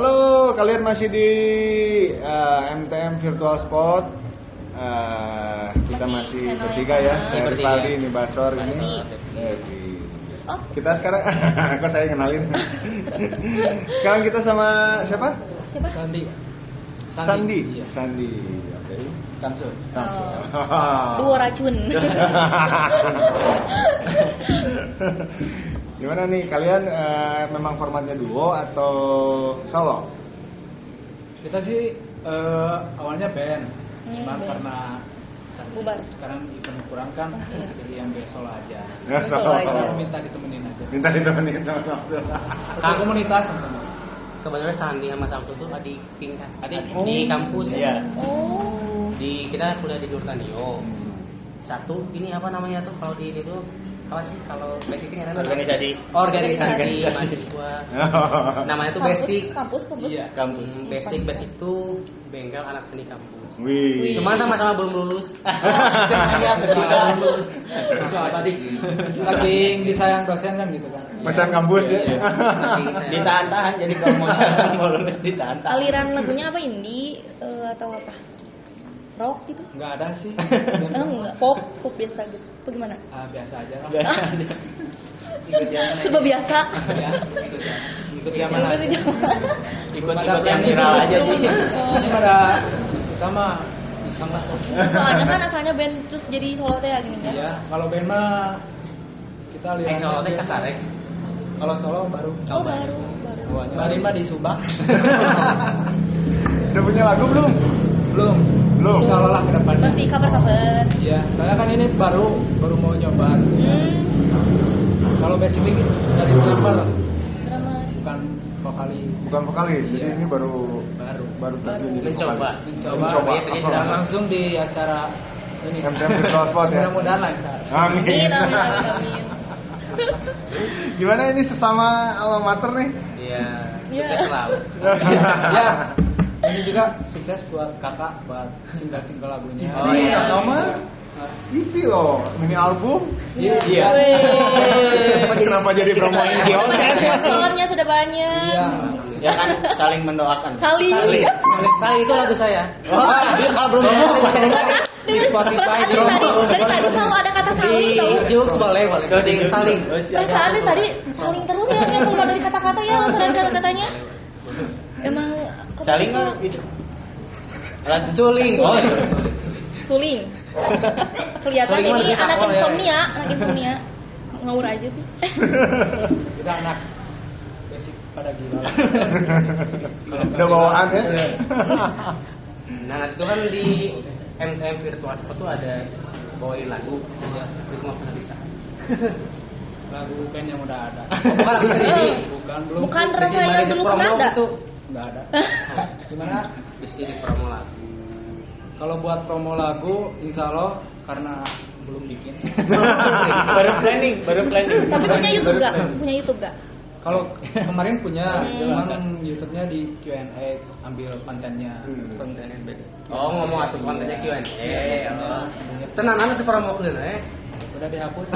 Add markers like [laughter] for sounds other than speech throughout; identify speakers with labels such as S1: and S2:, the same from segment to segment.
S1: Halo, kalian masih di eh, MTM Virtual Spot. Eh, kita
S2: Masih
S1: masih
S2: Hanoi
S1: bertiga ya.
S2: Hanoi.
S1: Saya
S3: Bertiga.
S1: Rifaldi, ini Basor ini.
S3: Rifaldi.
S1: Devi.
S2: Oh,
S1: Kita sekarang [laughs] kok saya kenalin. sekarang kita sama siapa?
S2: siapa?
S3: Sandi.
S1: Sandi.
S3: Iya.
S1: Sandi. Oke.
S3: Samsul.
S1: Samsul.
S2: Oh, Duo
S3: [laughs]
S2: racun.
S1: [laughs] Gimana nih kalian eh, memang formatnya duo atau solo?
S3: Kita sih eh, awalnya band, cuman
S2: Hmm, band.
S3: karena
S2: Bubar.
S3: sekarang event kurang
S2: [laughs]
S3: kan, jadi yang biasa solo iya. aja.
S1: Ya,
S2: Solo
S1: solo.
S2: aja.
S3: Kalau minta ditemenin aja.
S1: [laughs] Minta ditemenin sama Samsul.
S3: Satu komunitas sama.
S4: kebetulan Sandi sama Samsul tuh adik tingkat adik
S1: Oh,
S4: di kampus
S1: iya.
S2: Oh,
S4: di kita kuliah di Durtanio satu ini apa namanya tuh kalau di itu apa sih kalau basic ini namanya?
S5: Organisasi.
S4: organisasi
S5: Organisasi. Oh.
S4: mahasiswa namanya tuh
S2: kampus,
S4: basic
S2: Kampus, kampus.
S3: Iya.
S5: kampus
S4: Hmm, basic basic tuh bengkel anak seni kampus
S1: [laughs]
S5: Iya.
S1: Wih.
S4: cuman sama-sama belum
S5: [laughs]
S4: lulus
S3: Iya,
S4: Sama-sama
S3: betul.
S4: belum lulus
S3: Soal tadi
S5: Hmm.
S3: lagi disayang dosen kan gitu kan.
S1: Macan Iya. kampus ya.
S5: Iya. ditahan-tahan jadi kalau mau mau lulus ditahan-tahan
S2: Aliran lagunya apa indie eh, atau apa? Rock gitu?
S3: Enggak ada
S2: [laughs]
S3: sih.
S2: Eh, enggak, pop, pop biasa gitu. Apa gimana?
S3: Ah, biasa aja lah.
S5: Biasa aja.
S3: Ikut
S2: [laughs]
S3: zaman aja.
S2: Serba biasa.
S3: Ya, ikut zaman. Ikut zaman
S2: Itu
S3: aja.
S2: tuh jaman.
S5: ikut-ikut yang viral aja sih
S3: Ini pada sama sama
S2: Soalnya kan asalnya band terus jadi solo teh gini kan.
S3: Iya, kalau band mah kita lihat.
S4: Eh, Solo
S5: kan,
S4: teh kasarek.
S3: Kalau solo baru.
S2: Oh, baru, baru.
S3: Awalnya Baru mah di Subang.
S5: [laughs]
S1: Udah punya lagu belum?
S3: Belum.
S1: Belum.
S3: Insya Allah lah ke depannya.
S2: Masih cover-cover.
S3: Iya, saya kan ini baru baru mau nyoba.
S2: Hmm,
S3: Kalau basic dari drummer
S2: drama.
S3: bukan vokalis
S1: Bukan vokalis, jadi
S3: Iya.
S1: ini baru
S3: baru.
S1: baru terjun jadi
S4: Mencoba.
S1: vokalis.
S3: Mencoba,
S1: Mencoba.
S4: Iya, terjun
S1: Apa?
S3: Dan langsung di acara ini.
S1: MTM Virtual Spot ya.
S3: Mudah-mudahan lancar.
S4: Iya,
S2: Amin, amin, amin,
S1: Amin.
S2: amin.
S1: Gimana ini sesama alma mater nih?
S4: iya
S2: Iya.
S4: sukses selalu
S2: [laughs]
S3: ya ini juga sukses buat kakak buat single single lagunya
S1: [laughs]
S4: Oh, iya.
S1: Sama EP loh, mini album.
S3: iya
S5: Iya.
S2: Weh. Iya.
S1: Kenapa jadi promoin
S5: Kiosk?
S2: Followernya sudah banyak.
S3: eh? iya
S5: ya kan saling mendoakan
S2: Kali.
S5: saling
S4: saya itu lagu saya
S5: Oh, kalau belum
S4: ya.
S5: lulus dicari-cari.
S2: Dari dari tadi dari tadi selalu ada kata saling
S4: di
S2: tahu.
S4: Jux boleh boleh di
S3: Iya.
S4: saling
S5: Oh,
S2: Dari
S5: siapa?
S2: tadi Kan tadi saling terus ya yang keluar dari kata-kata ya langsung dari kata-katanya. Emang kok-
S5: saling nggak
S4: gitu.
S5: itu Lan-
S4: Suling.
S5: oh iya.
S4: [laughs]
S2: suling. Kelihatan
S4: Suling mah
S2: ini
S4: lebih
S2: anak
S4: awal ya.
S2: insomnia, anak insomnia. Ngawur aja
S4: [laughs]
S2: sih.
S3: kita anak basic pada gila
S1: Udah bawaan ya.
S4: Nah nanti itu kan di MTM Virtual Spot tuh ada bawain lagu Ritme Penulisan
S3: lagu band yang udah
S2: [laughs]
S3: ada
S4: oh, Bukan lagu sendiri
S3: bukan belum
S2: Bukan
S4: Di
S2: rasa
S4: Mari di
S2: yang Kan dulu
S4: Promo
S2: pernah ada.
S4: itu
S3: nggak
S2: [laughs]
S3: ada gimana
S4: Bisa di promo lagu
S3: kalau buat promo lagu insya Allah karena belum bikin
S5: [laughs]
S3: [laughs]
S5: baru planning baru planning
S2: Tapi punya YouTube gak?
S3: Baru-
S2: Punya YouTube gak?
S3: kalau kemarin punya
S2: Hmm.
S3: cuman YouTube-nya di Q&A ambil kontennya
S1: Hmm.
S3: kontennya band
S4: Oh ngomong atuh kontennya
S3: Iya.
S4: Q&A
S3: Iya,
S4: Allah.
S3: iya.
S4: Oh. Tenan anak di promo kan eh
S3: udah dihapus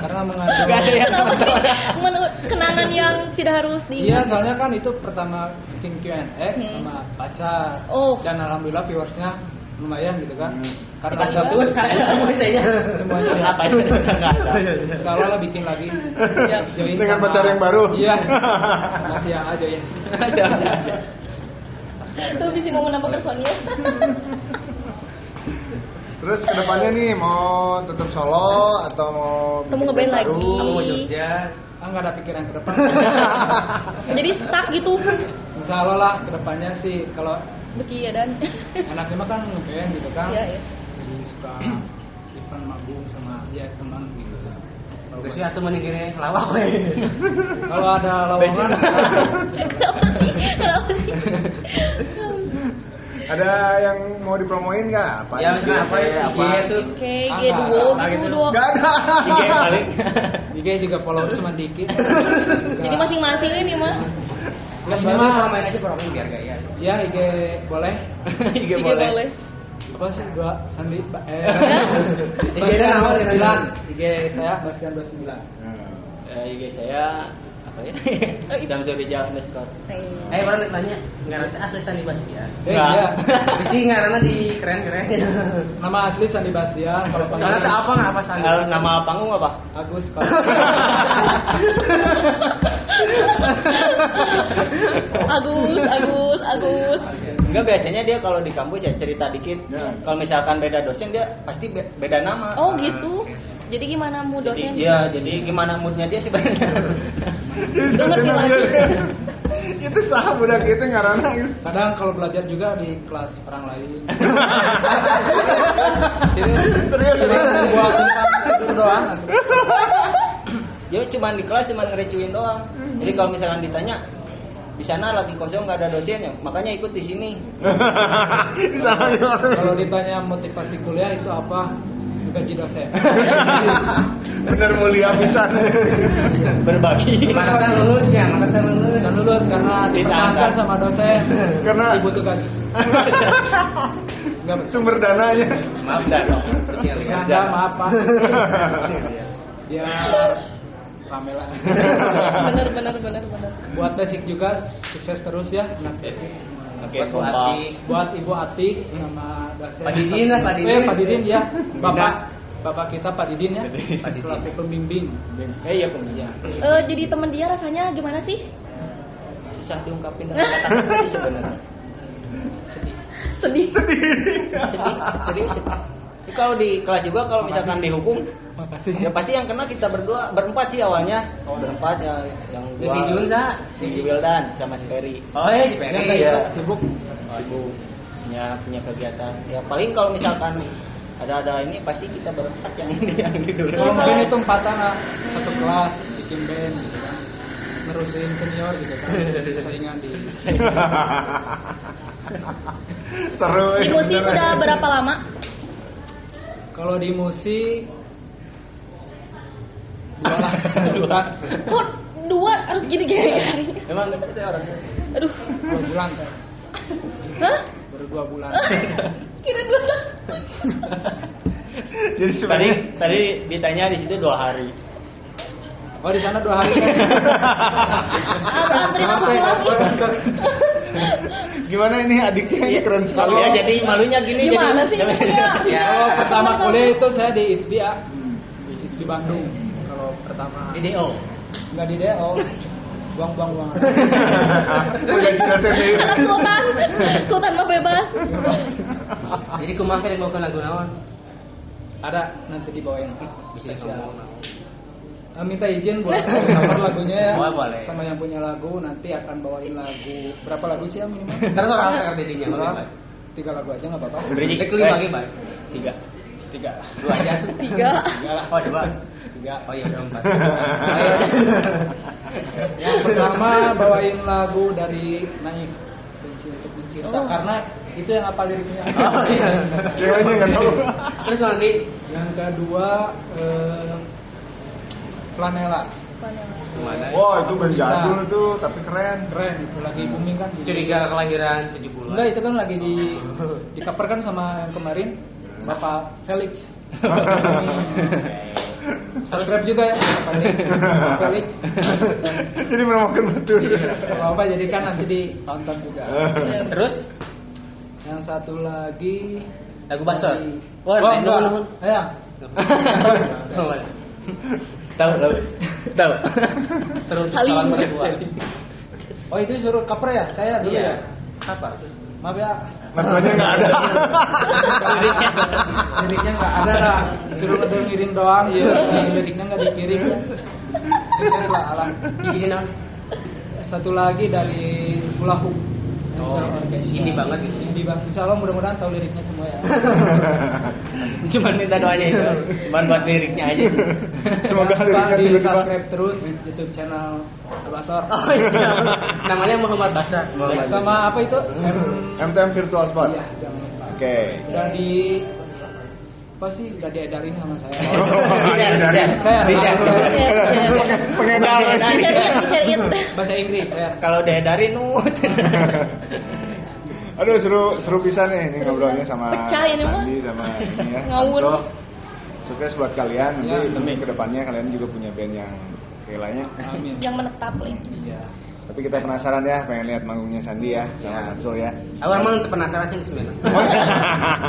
S3: karena
S4: ya,
S3: mengandung
S5: Gak ada yang
S2: Kenapa sih? Menurut kenangan yang tidak harus diingat.
S3: iya soalnya kan itu pertama bikin Q&A
S2: Hmm.
S3: sama pacar
S2: Oh.
S3: dan alhamdulillah viewersnya lumayan gitu kan
S1: Hmm.
S3: karena
S4: Kita
S3: bagus
S4: hapus semuanya
S3: Semuanya.
S5: apa itu nggak ada
S3: insya
S4: iya.
S3: Allah lah bikin lagi ya,
S1: Iya.
S3: Join
S1: Dengan
S3: sama-
S1: pacar yang baru. [laughs]
S3: iya masih yang aja [laughs] ya
S2: Itu bisa mau menambah
S4: [laughs]
S2: personil.
S1: Terus kedepannya nih mau tetap solo atau mau
S2: Atau
S1: bikin
S2: mau ngeband
S1: baru?
S2: lagi?
S4: Aku mau Jogja
S3: ah nggak ada pikiran ke
S1: [laughs]
S3: depan
S2: Jadi stuck gitu.
S3: insya Allah lah ke depannya sih kalau
S2: Beki ya dan.
S4: Iya.
S3: anaknya mah kan ngeband gitu kan
S2: Iya, iya.
S3: jadi suka event manggung sama ya teman gitu
S4: Terus ya atuh mending gini
S5: Iya,
S4: lawak weh
S3: kalau ada lowongan [laughs]
S2: Kenapa sih? Kenapa sih?
S1: Ada yang mau dipromoin nggak? Apa?
S4: Ya
S1: IG,
S4: misalnya apa ya
S1: apa?
S4: Iya tuh
S2: Oke,
S3: Ah,
S2: G2
S3: ah,
S2: gitu
S3: gitu.
S2: dua.
S1: Nggak ada.
S5: tiga paling
S3: IG juga follow cuma dikit
S2: [laughs] Jadi masing-masing ini mah.
S4: Nah, [laughs] ini mah sama main aja promo biar iya. gaya
S3: ya IG
S1: [laughs]
S3: boleh
S5: tiga
S2: IG
S5: boleh
S2: boleh.
S3: apa sih gua Sandi Ba- eh
S4: IG-nya nama,
S3: Bastian
S4: Bastian.
S3: 29. IG saya Bastian 29
S1: Hmm.
S5: Eh, IG saya
S4: [laughs]
S5: apa ya? Jam sore jam underscore.
S4: Eh, baru nak tanya, ngarana teh asli Sandi Bastian.
S3: Eh,
S5: Enggak.
S3: iya.
S4: Bisi ngarana di
S5: [laughs]
S4: keren-keren.
S3: Nama asli Sandi Bastian. Kalau
S4: Karena
S3: panggilan
S4: teh apa nggak apa Sandi?
S5: Nah, nama panggung apa?
S3: Agus.
S4: [laughs]
S3: Kalau
S2: Agus, Agus, Agus.
S5: Enggak biasanya dia kalau di kampus ya cerita dikit.
S1: Ya.
S5: Kalau misalkan beda dosen dia pasti be- beda nama.
S2: Oh gitu. Jadi gimana mu
S5: Jadi,
S2: dosen?
S5: ya, jadi gimana moodnya dia sebenarnya? [laughs]
S2: Itu ngerti lagi.
S1: itu sah budak itu ngarana
S4: [laughs]
S1: gitu
S3: kadang kalau belajar juga di kelas orang lain. Jadi serius buat tentang itu doang.
S5: dia cuma di kelas cuma ngerecuin doang.
S2: Mhm.
S5: Jadi kalau misalkan ditanya di sana lagi kosong nggak ada dosen ya, makanya ikut di sini.
S3: Kalau ditanya motivasi kuliah itu apa? Gaji dosen.
S1: bener mulia pisan
S5: Berbagi.
S4: Mana kan lulus ya, mana kan lulus.
S3: Dan lulus karena dipertahankan sama dosen.
S1: Karena-
S3: dibutuhkan. Enggak
S1: sumber dananya
S4: Maaf dah dong, persiapan.
S3: Enggak, maaf
S1: [laughs]
S3: Pak. Ya rame lah.
S2: Bener, bener, bener, bener.
S3: Buat basic juga sukses terus ya anak basic.
S5: Oke,
S4: Buat Bu
S5: kompak.
S4: Ati.
S3: Buat Ibu Atik sama dosen.
S4: Pak Didin lah, Pak Didin.
S3: Eh, Pak Didin ya. Bapak Bapak kita Pak Didin ya. Pak Didin. Selaku pembimbing.
S5: Eh iya kemudian.
S2: Eh, jadi teman dia rasanya gimana sih?
S5: Susah diungkapin dengan kata-kata sih sebenarnya.
S2: Sedih.
S5: Sedih, serius. sedih. Jadi Kalau di kelas juga kalau misalkan dihukum
S3: Makasih.
S4: Iya.
S5: Ya pasti yang kena kita berdua berempat sih awalnya.
S1: Oh,
S5: Berempat ya yang
S4: Ya, si Junza,
S5: si Wildan sama si Ferry.
S4: Oh ya, si
S3: Ya,
S4: Peri.
S3: enggak,
S5: Iya.
S3: ya. sibuk.
S5: Sibuk punya punya kegiatan. Ya paling kalau misalkan ada ada ini pasti kita berempat yang yang di dulu.
S4: Oh,
S3: Kalau mungkin
S4: iya.
S3: itu empatan lah, satu kelas bikin band gitu kan. Nerusin senior gitu kan. Saingan di
S1: seru
S2: Di
S1: ya,
S2: musik
S1: bener.
S2: udah berapa lama?
S3: Kalau di musik dua
S4: [laughs]
S3: lah, dua,
S2: Kok dua harus gini gini hari?
S5: Memang gitu ya orangnya.
S2: Aduh.
S3: dua bulan kan,
S2: Hah?
S3: baru dua bulan.
S2: Kira dua tahun.
S1: jadi
S5: Tadi
S1: sebenarnya
S5: tadi ditanya di situ dua hari.
S3: Oh di sana dua hari
S4: [laughs]
S3: kan?
S2: Apa cerita
S3: Apa
S2: satu
S3: ya?
S2: lagi?
S1: gimana ini
S4: Iya.
S1: adiknya ini keren sekali
S5: Kalau ya jadi malunya gini
S2: Gimana
S3: [laughs]
S2: sih?
S5: jadi. oh.
S4: Ya.
S2: Iya.
S3: Kalau Ya, Oh, pertama kuliah itu saya di ISBI ya, di ISBI Bandung. Kalau pertama
S5: Di DO.
S4: oh.
S3: nggak di DO, buang-buang
S4: [laughs]
S3: uang.
S1: udah jelas sendiri
S2: Anak
S3: [laughs]
S2: sultan, sultan mah bebas.
S4: Jadi kumaha Ferry mau lagu naon?
S3: Ada nanti dibawain
S4: Spesial.
S3: spesial. Eh, minta izin buat cover lagunya ya
S4: Boleh, boleh.
S3: sama yang punya lagu nanti akan bawain lagu berapa lagu sih yang minimal
S4: Terus orang akan didinya,
S3: Berapa? tiga lagu aja nggak apa-apa
S5: Beri-
S4: Dek lima lagi, Pak.
S5: Tiga.
S3: tiga
S4: Dua aja.
S2: Tiga.
S4: Tiga lah. Oh, dua.
S3: tiga
S4: Oh iya, udah
S1: [laughs]
S4: empat.
S3: yang
S4: [laughs]
S3: pertama bawain lagu dari Naif benci untuk mencinta
S2: Oh.
S3: karena itu yang apa liriknya
S4: [laughs] Oh, iya.
S1: ceweknya nggak tahu
S4: Terus nanti
S3: yang kedua eh, Planela
S4: Mana?
S1: wah itu band jadul tuh tapi keren
S3: keren itu lagi booming kan
S4: Hmm. Curiga kelahiran 70-an.
S3: enggak itu kan lagi di di cover kan sama yang kemarin Bapak Felix subscribe juga ya Bapak
S4: [laughs]
S3: Felix
S1: jadi memakan betul
S3: kalau apa jadi kan nanti ditonton juga
S4: [laughs]
S5: Terus
S3: yang satu lagi
S4: Lagu Basor.
S3: Oh,
S5: Wah,
S3: enggak.
S5: lain
S3: Ya.
S5: tahu tahu tahu.
S4: Terus
S2: Halim.
S4: salam berdua.
S3: Oh itu suruh cover ya? Saya dulu
S4: Iya.
S3: ya?
S4: Apa?
S3: Maaf ya
S1: masalahnya nggak ada
S3: Liriknya nggak ada lah Suruh ngedul ngirim doang Iya Liriknya nggak dikirim Sukses lah alam
S4: Ini nah.
S3: Satu lagi dari Hula Hoop
S4: Oh, ini banget gitu.
S3: Indie banget Insya Allah mudah-mudahan tahu liriknya semua ya
S5: Cuman minta doanya itu. Cuman buat liriknya aja. sih.
S1: semoga
S3: Jangan lupa
S1: liriknya
S3: di
S1: tiba-tiba
S3: subscribe terus YouTube channel Abasor
S4: Oh iya. Namanya Muhammad Basar.
S3: Sama apa itu?
S1: MTM Virtual Spot
S3: Iya jangan lupa
S1: oke
S3: Udah di apa sih udah diedarin sama saya [laughs]
S4: Oh,
S1: Iya,
S5: Tidak,
S1: iya.
S5: tidak, tidak.
S4: iya,
S1: pengedar
S2: Share it, share it.
S3: bahasa Inggris ya
S5: Kalau diedarin nut.
S1: Aduh seru seru pisan nih ini ngobrolnya sama
S2: Pecah ini mah.
S1: Sandi sama ini ya.
S2: Ngawur.
S1: Anco. Sukses buat kalian
S3: Ya,
S1: nanti kedepannya kalian juga punya band yang Kelanya.
S3: Amin.
S2: yang menetap link.
S3: Iya.
S1: Tapi kita penasaran ya, pengen lihat manggungnya Sandi ya sama
S4: Ya.
S1: Samsul ya.
S4: Awal emang penasaran sih sebenarnya.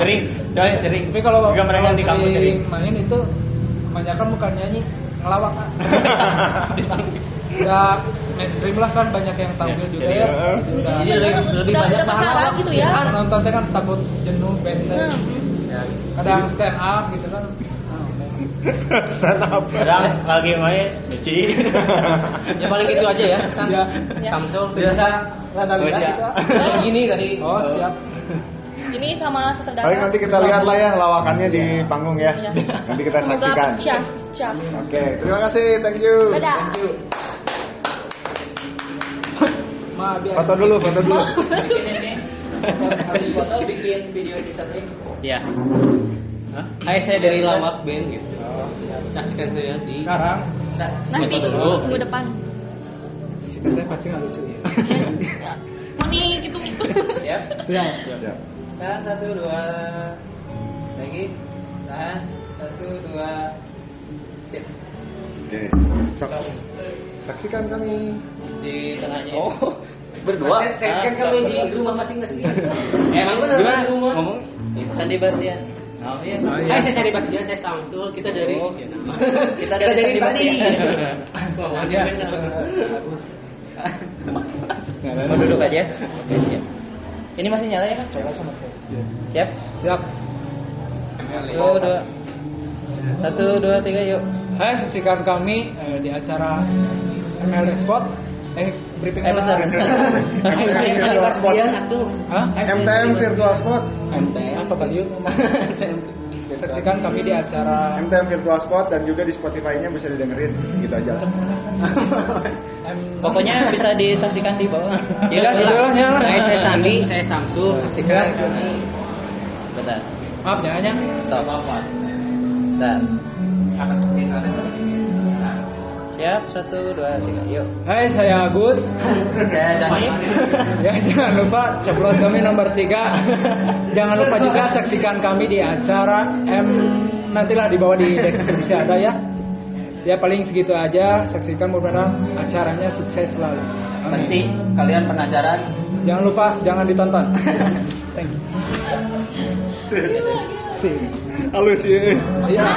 S5: sering soalnya sering
S3: Tapi kalau
S5: Juga mereka di kampus
S3: sering
S5: sering
S3: main itu kebanyakan bukan nyanyi, ngelawak. Kak. Udah mainstream lah kan banyak yang
S5: Ya,
S3: tampil
S5: jadi,
S3: juga ya.
S1: eh,
S3: Udah-
S2: jadi lebih- lebih
S3: udah
S2: banyak
S3: mahal
S2: pasaran
S3: lah.
S2: gitu ya.
S3: Kan Nonton teh kan takut jenuh, bete.
S2: Hmm.
S4: Ya,
S3: Kadang stand up gitu kan.
S1: Stand up.
S5: kadang lagi main cuci
S4: ya paling gitu aja ya. Kan?
S3: Iya.
S4: Samsul
S5: Iya.
S4: bisa
S5: Oh,
S3: Lada-lada
S5: siap.
S3: gitu. ah.
S4: kayak gini kali.
S3: Oh, siap.
S2: Ini sama sutradara.
S1: [laughs] Paling nanti kita lihat lah ya lawakannya di panggung ya.
S2: Iya.
S1: Nanti kita
S2: Semoga
S1: saksikan.
S2: pecah, pecah.
S1: Oke, terima kasih, thank you.
S2: Dadah.
S3: Ma, biar
S1: Foto dulu, foto
S3: Nah,
S1: dulu.
S5: habis foto bikin video teaser link
S4: Iya. Hai saya dari Lawak Band gitu. Saksikan saya di
S3: sekarang
S4: Nah,
S2: Nanti
S4: foto dulu.
S2: minggu depan.
S3: si teteh pasti nggak lucu
S1: [laughs]
S3: ya.
S2: Mau nih gitu gitu.
S3: Iya.
S4: Siap.
S3: Siap.
S1: Siap.
S4: Tahan satu dua. Lagi. Tahan satu dua. Sip.
S1: Oke. Sok. Saksikan kami.
S4: Di tengahnya.
S5: oh
S4: Berdua.
S5: Saya- saya
S4: Saksikan
S5: kan kami di
S4: rumah masing-masing.
S5: emang bener
S4: Gimana?
S5: di rumah
S4: Ngomong.
S5: Sandi Bastian
S4: Oh iya.
S1: Oh, iya.
S4: Hai saya Sari Bastian, saya Samsul. [laughs] Kita dari
S5: Oh.
S4: Ya, nama.
S5: Kita dari Sandi Bastian.
S3: Oh,
S4: Ngomong
S5: Iya. mau duduk aja ini masih nyala ya kan
S3: Iya.
S5: siap
S3: Siap.
S5: satu
S3: Oh,
S5: dua satu dua tiga yuk
S3: Hai, saksikan kami eh, di acara MLD Spot. Eh, briefing
S5: eh
S4: [laughs]
S5: bentar
S3: dulu.
S5: bentar
S1: Sandi
S5: [laughs] Sandi Bastian satu
S3: Hah?
S1: MTM Virtual Spot.
S3: MTM apa kali itu? Eh, [laughs] Saksikan kami di acara
S1: MTM Virtual Spot dan juga di Spotify-nya bisa didengerin gitu aja lah.
S3: M-
S5: [laughs] pokoknya bisa disaksikan Iya, di bawah
S3: Udah, udah, udah.
S4: Hai saya Sandi, saya Samsul. Saksikan
S3: Iya.
S4: kami.
S5: bentar
S3: Maaf ya, hanya
S5: stop bentar siap satu dua tiga [laughs] yuk
S3: Hai, saya Agus.
S5: saya Sandi
S3: Ya, [laughs] jangan lupa ceplos kami nomor 3. [laughs] jangan lupa juga saksikan kami di acara M nantilah di bawah di deskripsi ada ya. Ya paling segitu aja. Saksikan mudah acaranya sukses selalu. Amin.
S5: pasti kalian penasaran [laughs]
S3: Jangan lupa jangan ditonton. [laughs] Thank you.
S1: Halus ya.
S3: Iya.